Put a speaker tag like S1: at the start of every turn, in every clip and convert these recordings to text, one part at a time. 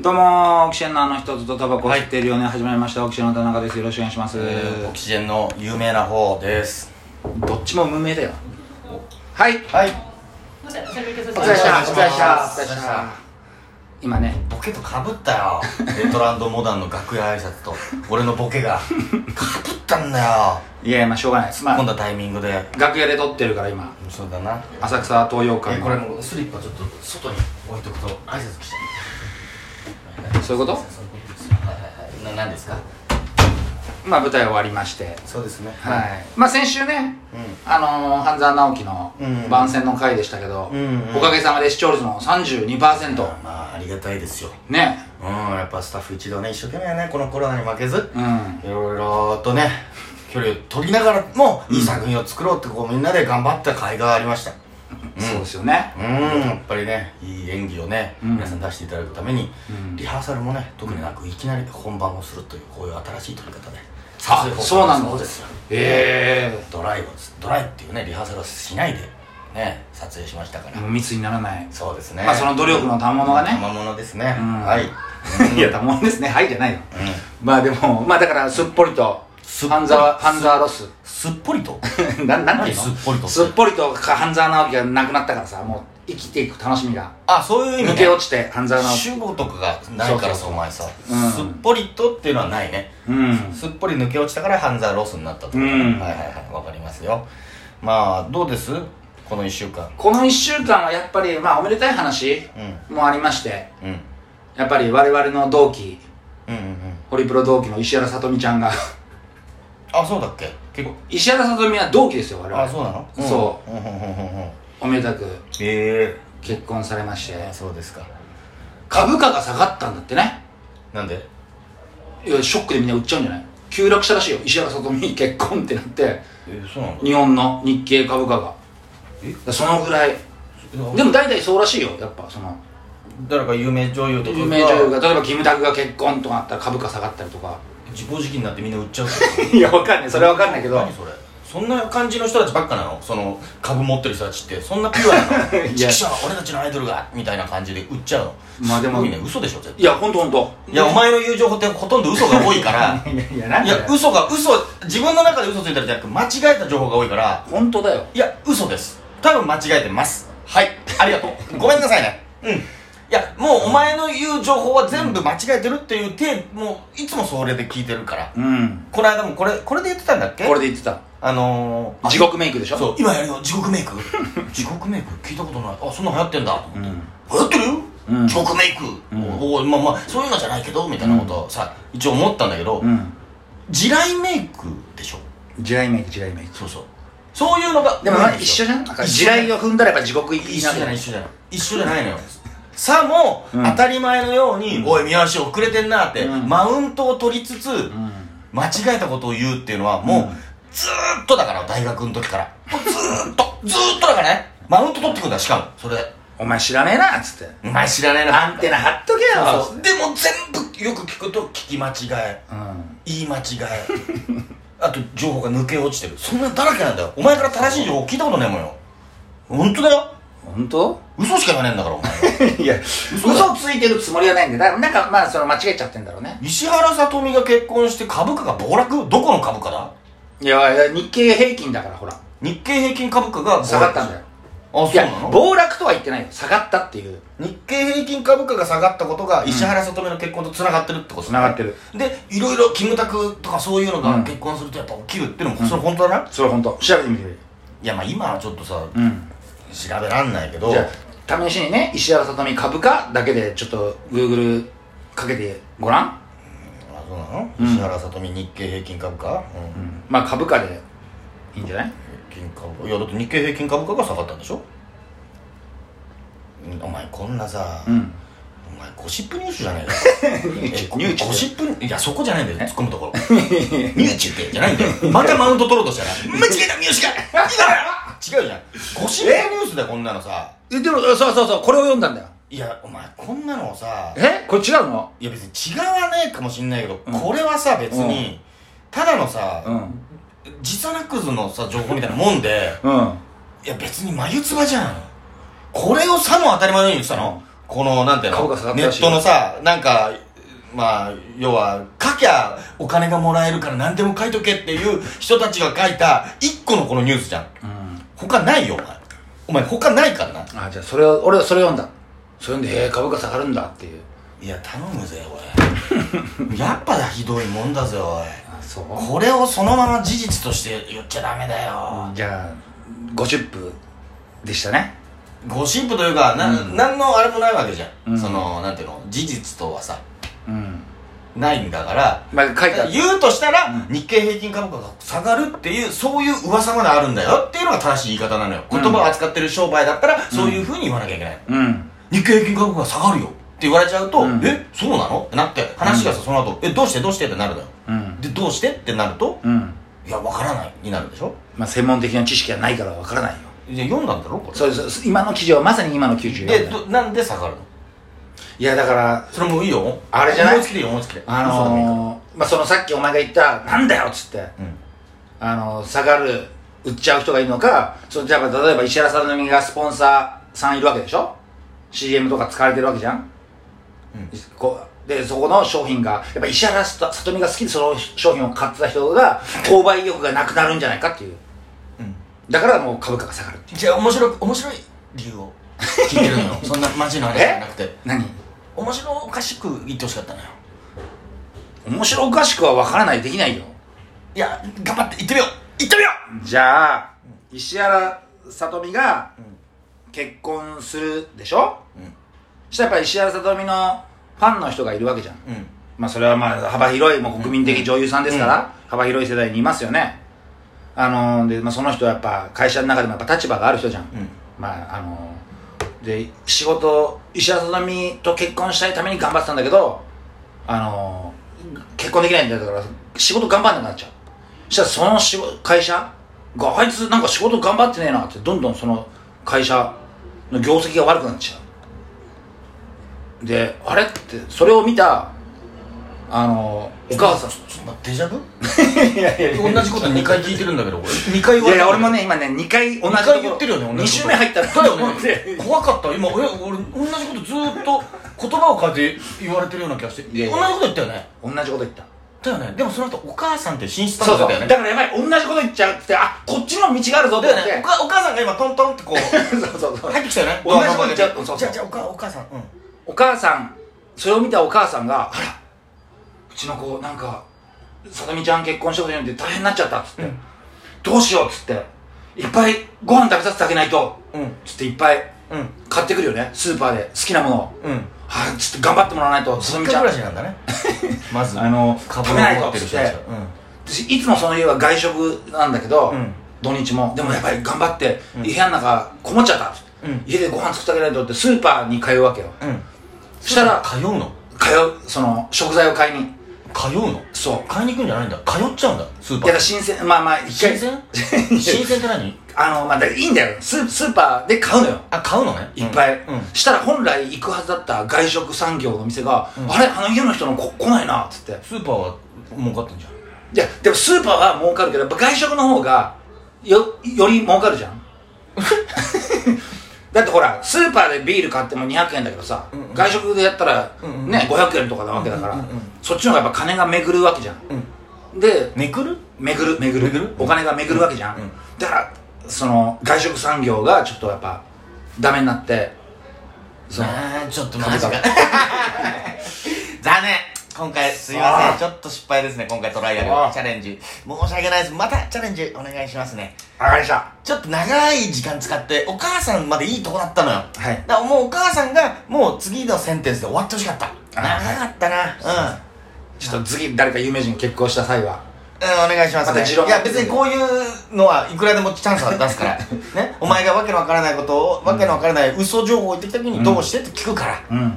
S1: どうもーオキシエンのあの人ずっとタバコ吸ってるよね、始まりましたオキシエンの田中ですよろしくお願いします、
S2: えーオキシジェンの有名な方です
S1: どっちも無名だよはい
S2: はい
S1: お疲れ様でしたお
S2: お疲
S1: 疲れ
S2: れ様でした
S1: 様でした今ね
S2: ボケとかぶったよレトランドモダンの楽屋挨拶と俺のボケがかぶったんだよ
S1: いやいやまあしょうがないですま
S2: 今
S1: あ
S2: 度タイミングで
S1: 楽屋で撮ってるから今
S2: そうだな
S1: 浅草東洋館
S2: え
S1: の
S2: これもうスリッパちょっと外に置いとくと挨拶来ちゃう
S1: そういうこと
S2: そういうことですよはいはいはいな何ですか
S1: まあ舞台終わりまして
S2: そうですね
S1: はいまあ先週ね
S2: う
S1: あのー、半沢直樹の
S2: うん
S1: 番宣の回でしたけど、
S2: うんうん
S1: おかげさまで視聴率も32%
S2: んまあありがたいですよ
S1: ね
S2: うんやっぱスタッフ一同ね一生懸命ねこのコロナに負けず
S1: うん
S2: いろいろとね距離を取りながらもいい作品を作ろうってこうみんなで頑張った甲斐がありました
S1: そうですよね
S2: うんやっぱりねいい演技をね、
S1: うん
S2: 皆さん出していただくために、
S1: うん
S2: リハーサルもね特になくいきなり本番をするというこういう新しい撮り方で
S1: あそうなんだ
S2: そうですよ
S1: ええ
S2: ドライをドライっていうねリハーサルをしないでね撮影しましたから、
S1: もう密にならない
S2: そうですね
S1: まあその努力の賜物がね
S2: 賜物ですね、
S1: うん
S2: はい、
S1: いや、だもんですね。はいじゃないよ。
S2: うん、
S1: まあでも、まあだから、すっぽりと、
S2: すっぽり
S1: 半沢、半沢ロス。
S2: すっぽりと
S1: な、なんていうの
S2: すっぽりと
S1: すっぽりとか半沢直樹がなくなったからさ、もう生きていく楽しみが。
S2: あそういう意味、ね、
S1: 抜け落ちて、半沢直樹。
S2: 主語とかがないから
S1: そうそうそう
S2: さお前さ、
S1: うん
S2: すっぽりとっていうのはないね、
S1: うん。
S2: すっぽり抜け落ちたからハンザーロスになったとか、
S1: うん
S2: はいはいはいわかりますよまあどうですこの1週間
S1: この一週間はやっぱり、まあおめでたい話
S2: う
S1: もありまして、
S2: んうん
S1: やっぱり我々の同期、
S2: うんうんうん
S1: ホリプロ同期の石原さとみちゃんが、
S2: あそうだっけ結構
S1: 石原さとみは同期ですよ、我々。
S2: あそうなの、ん
S1: そ
S2: うんうんうんうんうん
S1: おめでたく
S2: え
S1: 結婚されまして
S2: え、あそうですか
S1: 株価が下がったんだってね。
S2: なんで
S1: いやショックでみんな売っちゃうんじゃない急落したらしいよ石原さとみ結婚ってなって
S2: えー、そうなんだ
S1: 日本の日経株価が
S2: え
S1: だそのぐらいで
S2: で
S1: も
S2: も
S1: 大体そうらしいよやっぱその
S2: 誰か有名女優とか
S1: 有名女優が例えばキムタクが結婚とかあったら株価下がったりとか
S2: 自暴自棄になってみんな売っちゃう
S1: いやわかんないそれはわかんないけど
S2: 何それそんな感じの人たちばっかなのその株持ってる人たちってそんなピュアなの
S1: いや
S2: ちくしょう俺たちのアイドルがみたいな感じで売っちゃうの
S1: まあでも
S2: すごいね嘘でしょ絶
S1: いやほんとほんと
S2: 対いやお前の友情ってほとんど嘘が多いから
S1: いやいやなん
S2: い
S1: でだよ
S2: や嘘が嘘自分の中で嘘ついたらじゃなく間違えた情報が多いから
S1: ほんとだよ
S2: いや嘘です多分間違えてますはいありがとう ごめんなさいねうんいやもうお前の言う情報は全部間違えてるっていう手もういつもそれで聞いてるから
S1: うん
S2: この間もこれこれで言ってたんだっけ
S1: これで言ってた
S2: あのー、
S1: 地獄メイクでしょ
S2: そう今やるよ地獄メイク地獄メイク聞いたことないあそんな流行ってんだと思って、
S1: うん
S2: 流行ってるよ、
S1: うん
S2: 地獄メイク、
S1: うん
S2: おおまあまあそういうのじゃないけどみたいなことをさ、一応思ったんだけど、
S1: うん
S2: 地雷メイクでしょ
S1: 地雷メイク地雷メイク
S2: そうそうそういうのが
S1: でもまあ
S2: ない
S1: 一
S2: しょ
S1: 緒じゃんなんか地雷を踏んだらやっぱ地獄行き
S2: 一緒
S1: に
S2: じゃ
S1: な
S2: ない
S1: る
S2: 一緒じゃない一緒じゃないのよさも、
S1: うん
S2: 当たり前のように「おい宮橋遅れてんな」って、
S1: うん
S2: マウントを取りつつ、
S1: うん
S2: 間違えたことを言うっていうのはも
S1: う
S2: う、
S1: ん
S2: ずーっとだから大学の時からもうずーっとずーっとだからねマウント取ってくんだしかもそれで
S1: お前知らねえなっつって
S2: お前知らねえな
S1: アンテナ張っとけよ
S2: そうそうでも全部よく聞くと聞き間違え
S1: うん
S2: 言い 間違えあと情報が抜け落ちてるそんなだらけなんだよお前から正しい情報聞いたことないもんよ本当だよ
S1: 本当
S2: 嘘しか言わねえんだからお前
S1: いや嘘ついてるつもりはないんでだからなんかまあその間違えちゃってんだろうね
S2: 石原さとみが結婚して株価が暴落どこの株価だ
S1: いやいや日経平均だからほら
S2: 日経平均株価が暴落
S1: 下がったんだよ
S2: あ
S1: い
S2: そう
S1: や
S2: なの
S1: 暴落とは言ってないよ下がったっていう
S2: 日経平均株価が下がったことが石原さとみの結婚とつながってるってこと
S1: つながってる
S2: でいろいろキムタクとかそういうの
S1: う
S2: が
S1: ん
S2: 結婚するとやっぱ起きるっていうのも、それ本当だな
S1: それ本当調べてみてくれ
S2: いやまあ今はちょっとさ、
S1: うん
S2: 調べらんないけど
S1: じゃあ試しにね石原さとみ株価だけでちょっとグーグルかけてごらん、
S2: あそうなの、
S1: うん
S2: 石原さとみ日経平均株価、
S1: う
S2: うん
S1: ん、まあ株価でいいんじゃない
S2: 平均株価いやだって日経平均株価が下がったんでしょうんお前こんなさ、
S1: うん
S2: お前ゴシップ入手じゃ ないか
S1: ニューチ
S2: えゴ
S1: ニューチ
S2: ゴシップいやそこじゃないんだよ突っ込むと ころニューチってじゃないんだよまたマウント取ろうとした ら間違えたミュージカ違うじゃんゴシップニュースだよこんなのさ
S1: えでもそうそうそうこれを読んだんだよ
S2: いやお前こんなのをさ
S1: えこれ違うの
S2: いや別に違わないかもしんないけど、
S1: うん
S2: これはさ別に、ただのさ、
S1: ん
S2: 時差なくずのさ情報みたいなもんで
S1: うん
S2: いや別に眉唾じゃんこれをさも当たり前のように言ってたの、このなんていう
S1: 株
S2: の
S1: 価下がった
S2: ネ
S1: らしい
S2: ッ
S1: よ
S2: トのさなんかまあ要は書きゃお金がもらえるから何でも書いとけっていう人たちが書いた一個のこのニュースじゃん
S1: うん
S2: 他ないよお前お前他ないからな
S1: あじゃあそれを俺はそれ読んだそれ読んでえー、株価下がるんだっていう
S2: いや頼むぜ おいやっぱひどいもんだぜおい
S1: あそう
S2: これをそのまま事実として言っちゃダメだよ
S1: じゃあゴシップでしたね
S2: ゴシップというかな、ん、何のあれもないわけじゃん、
S1: うん
S2: そのなんていうの事実とはさ
S1: うん
S2: ないんだから
S1: まあ書いてある
S2: 言うとしたら、
S1: う
S2: 日経平均株価が下がるっていうそういう噂まであるんだよっていうのが正しい言い方なのよ、言葉を扱ってる商売だったらそういうふうに言わなきゃいけない、
S1: うん
S2: 日経平均株価が下がるよって言われちゃうと、
S1: うん
S2: えそうなのってなって話がさその後、えどうしてどうしてってなるだよ
S1: うん
S2: でどうしてってなると
S1: うん
S2: いやわからないになるでしょ
S1: まあ専門的な知識がないからわからないよ
S2: で読んだんだろこれ
S1: そうです今の記事はまさに今の94
S2: で
S1: だ
S2: どなんで下がるの
S1: いやだから
S2: それもういいよ
S1: あれじゃない
S2: 思いつきでいいよ思いつきで
S1: あのー、まあそのさっきお前が言ったなんだよっつって
S2: うん
S1: あの下がる売っちゃう人がいるのかそうじゃあ例えば石原さとみがスポンサーさんいるわけでしょ CM とか使われてるわけじゃん、
S2: うん
S1: こうでそこの商品がやっぱ石原さとみが好きでその商品を買ってた人が購買意欲がなくなるんじゃないかっていう
S2: うん
S1: だからもう株価が下がるっていう
S2: じゃあ面白い面白い理由を聞いてる のよそんなマジの話じゃなくて
S1: 何
S2: 面白おかしく言ってほしかったのよ
S1: 面白おかしくは分からないできないよ
S2: いや頑張って行ってみよう行ってみよ
S1: じゃあ石原さとみが
S2: ん
S1: 結婚するでしょ
S2: う
S1: そしたらやっぱり石原さとみのファンの人がいるわけじゃん
S2: うんうん
S1: まあそれはまあ幅広いもう国民的女優さんですから、幅広い世代にいますよねあのーで、まあ、その人はやっぱ会社の中でもやっぱ立場がある人じゃん、
S2: うん
S1: まああのーで仕事石原さとみと結婚したいために頑張ってたんだけどあのー結婚できないんだから仕事頑張んなくなっちゃうそしたらその仕事会社があいつなんか仕事頑張ってねえなってどんどんその会社の業績が悪くなっちゃうであれってそれを見たあのーお母さん
S2: ちょっと待ってデジャブ
S1: いやい
S2: 同じこと2回聞いてるんだけど俺2回言
S1: いやいや
S2: われたんだ
S1: 俺
S2: けど
S1: もね今ね2回同じ
S2: 2回言ってるよね
S1: 2周目入 った
S2: ら
S1: ら
S2: だよ
S1: 思って
S2: ね怖かった今え俺同じことずーっと言葉を変えて言われてるような気がして
S1: いやいや
S2: 同じこと言ったよね
S1: 同じこと言った
S2: だよねでもその後お母さんって新スタ
S1: そう
S2: ンス
S1: そ
S2: だ
S1: う
S2: った
S1: だ
S2: よね
S1: からやばい同じこと言っちゃうってあこっちの道があるぞって思っ
S2: だよね
S1: て
S2: おかお母さんが今トントンってこう
S1: そうそうそう
S2: 入ってきたよね
S1: 同じこと言っちゃう
S2: ドアの
S1: そうそう
S2: じゃあじゃあおかお母さんうん
S1: お母さんそれを見たお母さんがあらうちの子なんかさとみちゃん結婚したことによって大変になっちゃったっつって、
S2: うん
S1: どうしようっつっていっぱいご飯食べさせてあげないと
S2: うん
S1: つっていっぱい
S2: うん
S1: 買ってくるよねスーパーで好きなものを
S2: うん
S1: はいちょっと頑張ってもらわないとさと
S2: 実
S1: みち
S2: 家暮
S1: ゃん
S2: らしなんだねまず
S1: あの
S2: 株
S1: 食
S2: を
S1: べない
S2: 持
S1: と
S2: っ
S1: って
S2: る
S1: つっ
S2: 人たち
S1: て
S2: が
S1: 私いつもその家は外食なんだけど、
S2: うん
S1: 土日もでもやっぱり頑張って、
S2: ん
S1: 部屋の中こもっちゃったっつって、
S2: うん
S1: 家でご飯作ってあげないとってスーパーに通うわけよ
S2: うんうん
S1: そしたら
S2: 通うの
S1: 通うその食材を買いに
S2: 通うの
S1: そう
S2: 買いに行くんじゃないんだ通っちゃうんだスー
S1: い
S2: パ
S1: やだから
S2: ー
S1: 新鮮まあまあ一回
S2: 新鮮新鮮って何
S1: あのまあだからいいんだよスースーパーで買うのよ
S2: あ買うのね
S1: いっぱい、
S2: うんうん
S1: したら本来行くはずだった外食産業の店が、
S2: ん
S1: あれあの家の人のこ来ないなっつって
S2: スーパーは儲かってんじゃん
S1: いやでもスーパーは儲かるけどやっぱ外食の方がよより儲かるじゃ んだってほらスーパーでビール買っても200円だけどさ、
S2: うんうん
S1: 外食でやったら、
S2: うんうん
S1: ね500円とかなわけだから、
S2: うんうんうん
S1: そっちの方がやっぱ金が巡るわけじゃん
S2: うん
S1: で
S2: めくる
S1: 巡る巡る
S2: 巡る
S1: お金が巡るわけじゃん、
S2: うん
S1: だからその外食産業がちょっとやっぱダメになってその
S2: あーちょっと
S1: マジか
S2: 残念今回すいませんちょっと失敗ですね今回トライア
S1: あ
S2: ル
S1: ー
S2: チャレンジ申し訳ないですまたチャレンジお願いしますね
S1: 上がりました
S2: ちょっと長い時間使ってお母さんまでいいとこだったのよ
S1: はい
S2: だからもうお母さんがもう次のセンテンスで終わってほしかった
S1: あ
S2: 長かったなうん
S1: ちょっと次誰か有名人結婚した際は
S2: うん、お願いします、
S1: また
S2: ね。
S1: 持論
S2: いや、別にこういうのはいくらでもチャンスは出 すから。ね。お前がわけのわからないことを、わけのわからない嘘情報を言ってきた時にどうしてって聞くから。
S1: うん
S2: うん。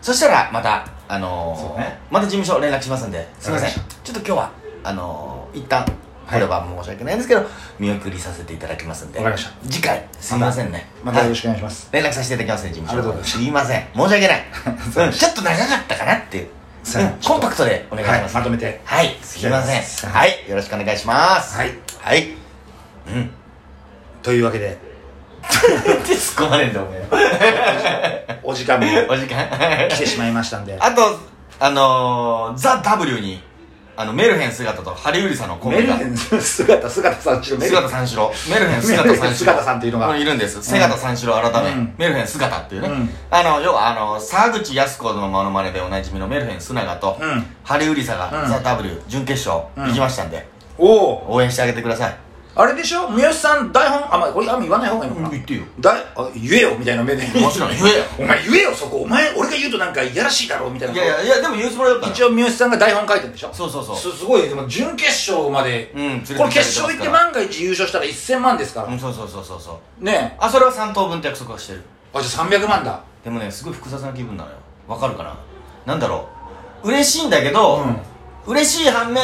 S2: そしたら、また、あのー
S1: そうね
S2: また事務所連絡しますんで、すいません。
S1: わかり
S2: ちょ
S1: ま
S2: っと今日は、あのー一旦、これは申し訳ないんですけど、見送りさせていただきますんで。
S1: わかりました
S2: 次回、すいませんね。
S1: またよろ
S2: し
S1: しくお願いします、
S2: 連絡させていただきますね、事務所。
S1: ありがとうございます
S2: す。いません。申し訳ない。
S1: そう
S2: うん、
S1: です
S2: ちょっと長かったかなっていう。
S1: そう
S2: うんコンパクトでお願いします。
S1: はい、まとめて
S2: はい、すいませ
S1: い
S2: ん。はい、よろしくお願いします。
S1: はい。
S2: はい。うん。
S1: というわけで
S2: 突っ込まれんだ、お前。
S1: お時間も
S2: お時間
S1: 来てしまいましたんで
S2: あと、あのー、ザ・ W に、あの、メルヘン姿とハリウリさんのコン
S1: メ
S2: ビ
S1: ル
S2: が
S1: ヘ、ン 姿姿さんちのメルヘン
S2: 姿三四郎、メルヘン姿
S1: メルヘ
S2: 三
S1: ン
S2: 四郎。
S1: 姿さんっていうのが
S2: いるんです。姿三四郎改め、
S1: うん
S2: メルヘン姿っていうね。
S1: うん
S2: あの、要は、あの、沢口靖子のモノマネでおなじみのメルヘン砂長と、
S1: うん
S2: ハリウリさが、
S1: うん
S2: ザ・ W 準決勝
S1: うん
S2: 行きましたんで、
S1: おお
S2: 応援してあげてください。
S1: あれでしょ三好さん台本あまあこれあんま言わない方がいいのかな
S2: 言ってよ。
S1: だいあ言えよみたいな目で
S2: もちろん、言えよ。
S1: お前言えよそこお前俺が言うとなんかいやらしいだろみたいない
S2: やいや、いや、でも言うつもりだったの
S1: 一応三好さんが台本書いてるんでしょ
S2: そうそうそう。
S1: すすごいでも準決勝まで、
S2: うん連れてきて
S1: これ決勝行って万が一優勝したら1000万ですから、
S2: うん、そうそうそうそうそう。
S1: ねえ
S2: あ、それは3等分って約束はしてる。
S1: あじゃあ300万だ
S2: でもねすごい複雑な気分なのよわかるかななんだろう嬉しいんだけど、嬉しい反面、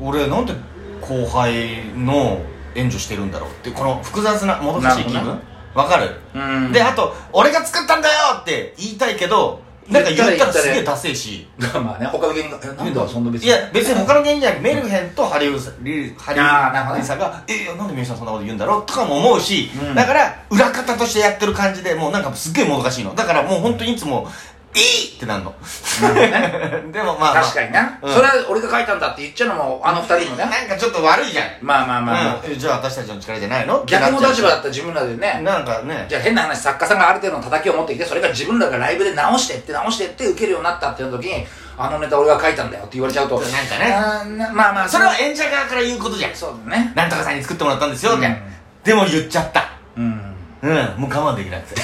S2: 俺なんで後輩の援助してるんだろうっていうこの複雑なもどかしい気
S1: なるほど
S2: 分
S1: ね
S2: わかる、
S1: うん
S2: であと俺が作ったんだよって言いたいけどなんか言った
S1: 言
S2: ら
S1: ったら
S2: すげえダセえし
S1: まあね他の芸人がえなんだそんな別
S2: いや別に他の芸人じゃなくてメルヘンとハリウスリハリウ
S1: あーなるほどね
S2: ハリさんが「えなんでミュさんそんなこと言うんだろ?」うとかも思うし、
S1: うん
S2: だから裏方としてやってる感じでもうなんかすっげえもどかしいのだからもう本当にいつも「いい!」ってなるの
S1: なるほどね
S2: でもまあ、まあ、
S1: 確かにな、
S2: うん
S1: それは俺が書いたんだって言っちゃうのもあの二人もね
S2: なんかちょっと悪いじゃん、
S1: まあまあまあ、まあ
S2: うん、じゃあ私たちの力じゃないのってなっ
S1: 逆
S2: ち
S1: の
S2: ゃう
S1: 立場だった自分らでね
S2: なんかね
S1: じゃあ変な話作家さんがある程度の叩きを持ってきてそれが自分らがライブで直してって直してって受けるようになったっていう時にあのネタ俺が書いたんだよって言われちゃうと
S2: なんかね
S1: あーなまあまあ
S2: それは演者側から言うことじゃん
S1: そうだね
S2: なんとかさんに作ってもらったんですよって、
S1: うん
S2: でも言っちゃった
S1: うん
S2: うんもう我慢できな くて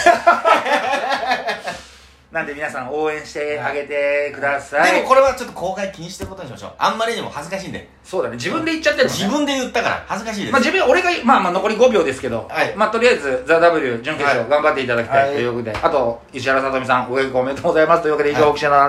S1: なんで皆さん応援してあげてください、
S2: でもこれはちょっと公開禁止ってことにしましょうあんまりにも恥ずかしいんで
S1: そうだね自分で言っちゃってるもんね
S2: 自分で言ったから恥ずかしいです、
S1: まあ、自分俺がまあまあ残り5秒ですけど、
S2: はい
S1: まあとりあえず「ザ・ w 準決
S2: は
S1: 勝頑張っていただきたい
S2: はい
S1: ということで、あと石原さとみさんお結婚おめでとうございますというわけで以上、
S2: はい
S1: 記者の